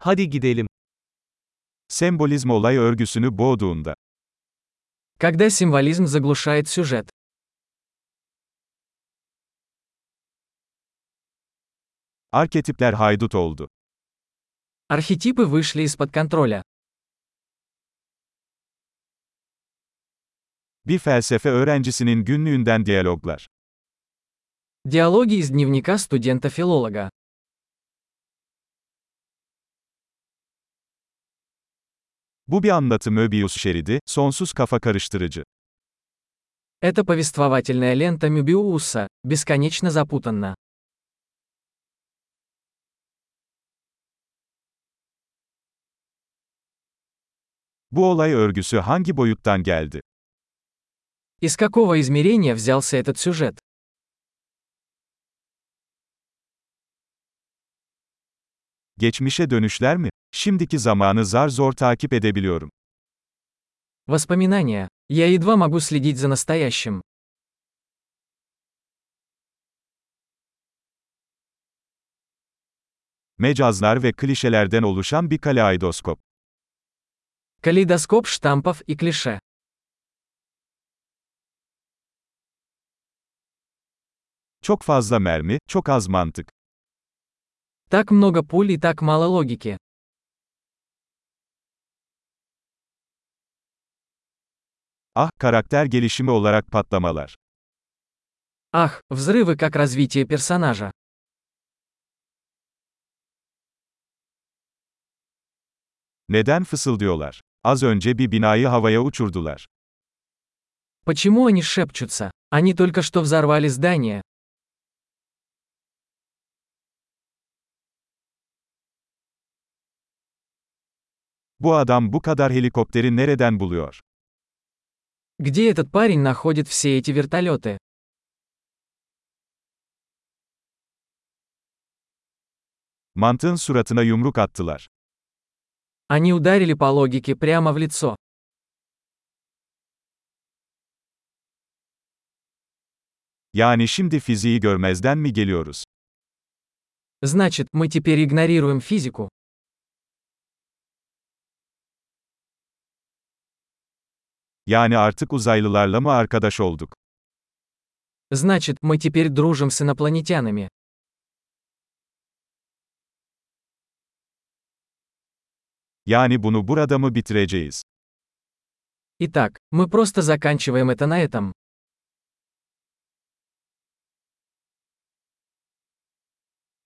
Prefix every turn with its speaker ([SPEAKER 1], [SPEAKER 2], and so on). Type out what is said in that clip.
[SPEAKER 1] Hadi gidelim.
[SPEAKER 2] Sembolizm olay örgüsünü boğduğunda,
[SPEAKER 3] Когда символизм заглушает сюжет.
[SPEAKER 2] arketipler haydut oldu.
[SPEAKER 3] Архетипы вышли из-под контроля.
[SPEAKER 2] Bir felsefe öğrencisinin günlüğünden diyaloglar.
[SPEAKER 3] Диалоги из дневника студента-филолога.
[SPEAKER 2] Bu bir anlatı Möbius şeridi, sonsuz kafa karıştırıcı.
[SPEAKER 3] Это повествовательная лента Мюбиуса, бесконечно запутанна.
[SPEAKER 2] Bu olay örgüsü hangi boyuttan geldi?
[SPEAKER 3] Из какого измерения взялся этот сюжет?
[SPEAKER 2] Geçmişe dönüşler mi? Şimdiki zamanı zar zor takip edebiliyorum.
[SPEAKER 3] Воспоминания. Я едва могу следить за настоящим.
[SPEAKER 2] Mecazlar ve klişelerden oluşan bir kaleidoskop.
[SPEAKER 3] Калейдоскоп штампов и клише.
[SPEAKER 2] Çok fazla mermi, çok az mantık.
[SPEAKER 3] Так много пуль и так мало логики.
[SPEAKER 2] Ah, karakter gelişimi olarak patlamalar.
[SPEAKER 3] Ах, взрывы как развитие персонажа.
[SPEAKER 2] Neden fısıldıyorlar? Az önce bir binayı havaya uçurdular.
[SPEAKER 3] Почему они шепчутся? Они только что взорвали здание.
[SPEAKER 2] Bu adam bu kadar helikopteri nereden buluyor?
[SPEAKER 3] Где этот парень находит все эти вертолеты?
[SPEAKER 2] Mantığın suratına yumruk attılar.
[SPEAKER 3] Они ударили по логике прямо в лицо.
[SPEAKER 2] Yani şimdi fiziği görmezden mi geliyoruz?
[SPEAKER 3] Значит, мы теперь игнорируем физику.
[SPEAKER 2] Yani artık uzaylılarla mı arkadaş olduk?
[SPEAKER 3] Значит, мы теперь дружим с инопланетянами.
[SPEAKER 2] Yani bunu burada mı bitireceğiz?
[SPEAKER 3] Итак, мы просто заканчиваем это на этом.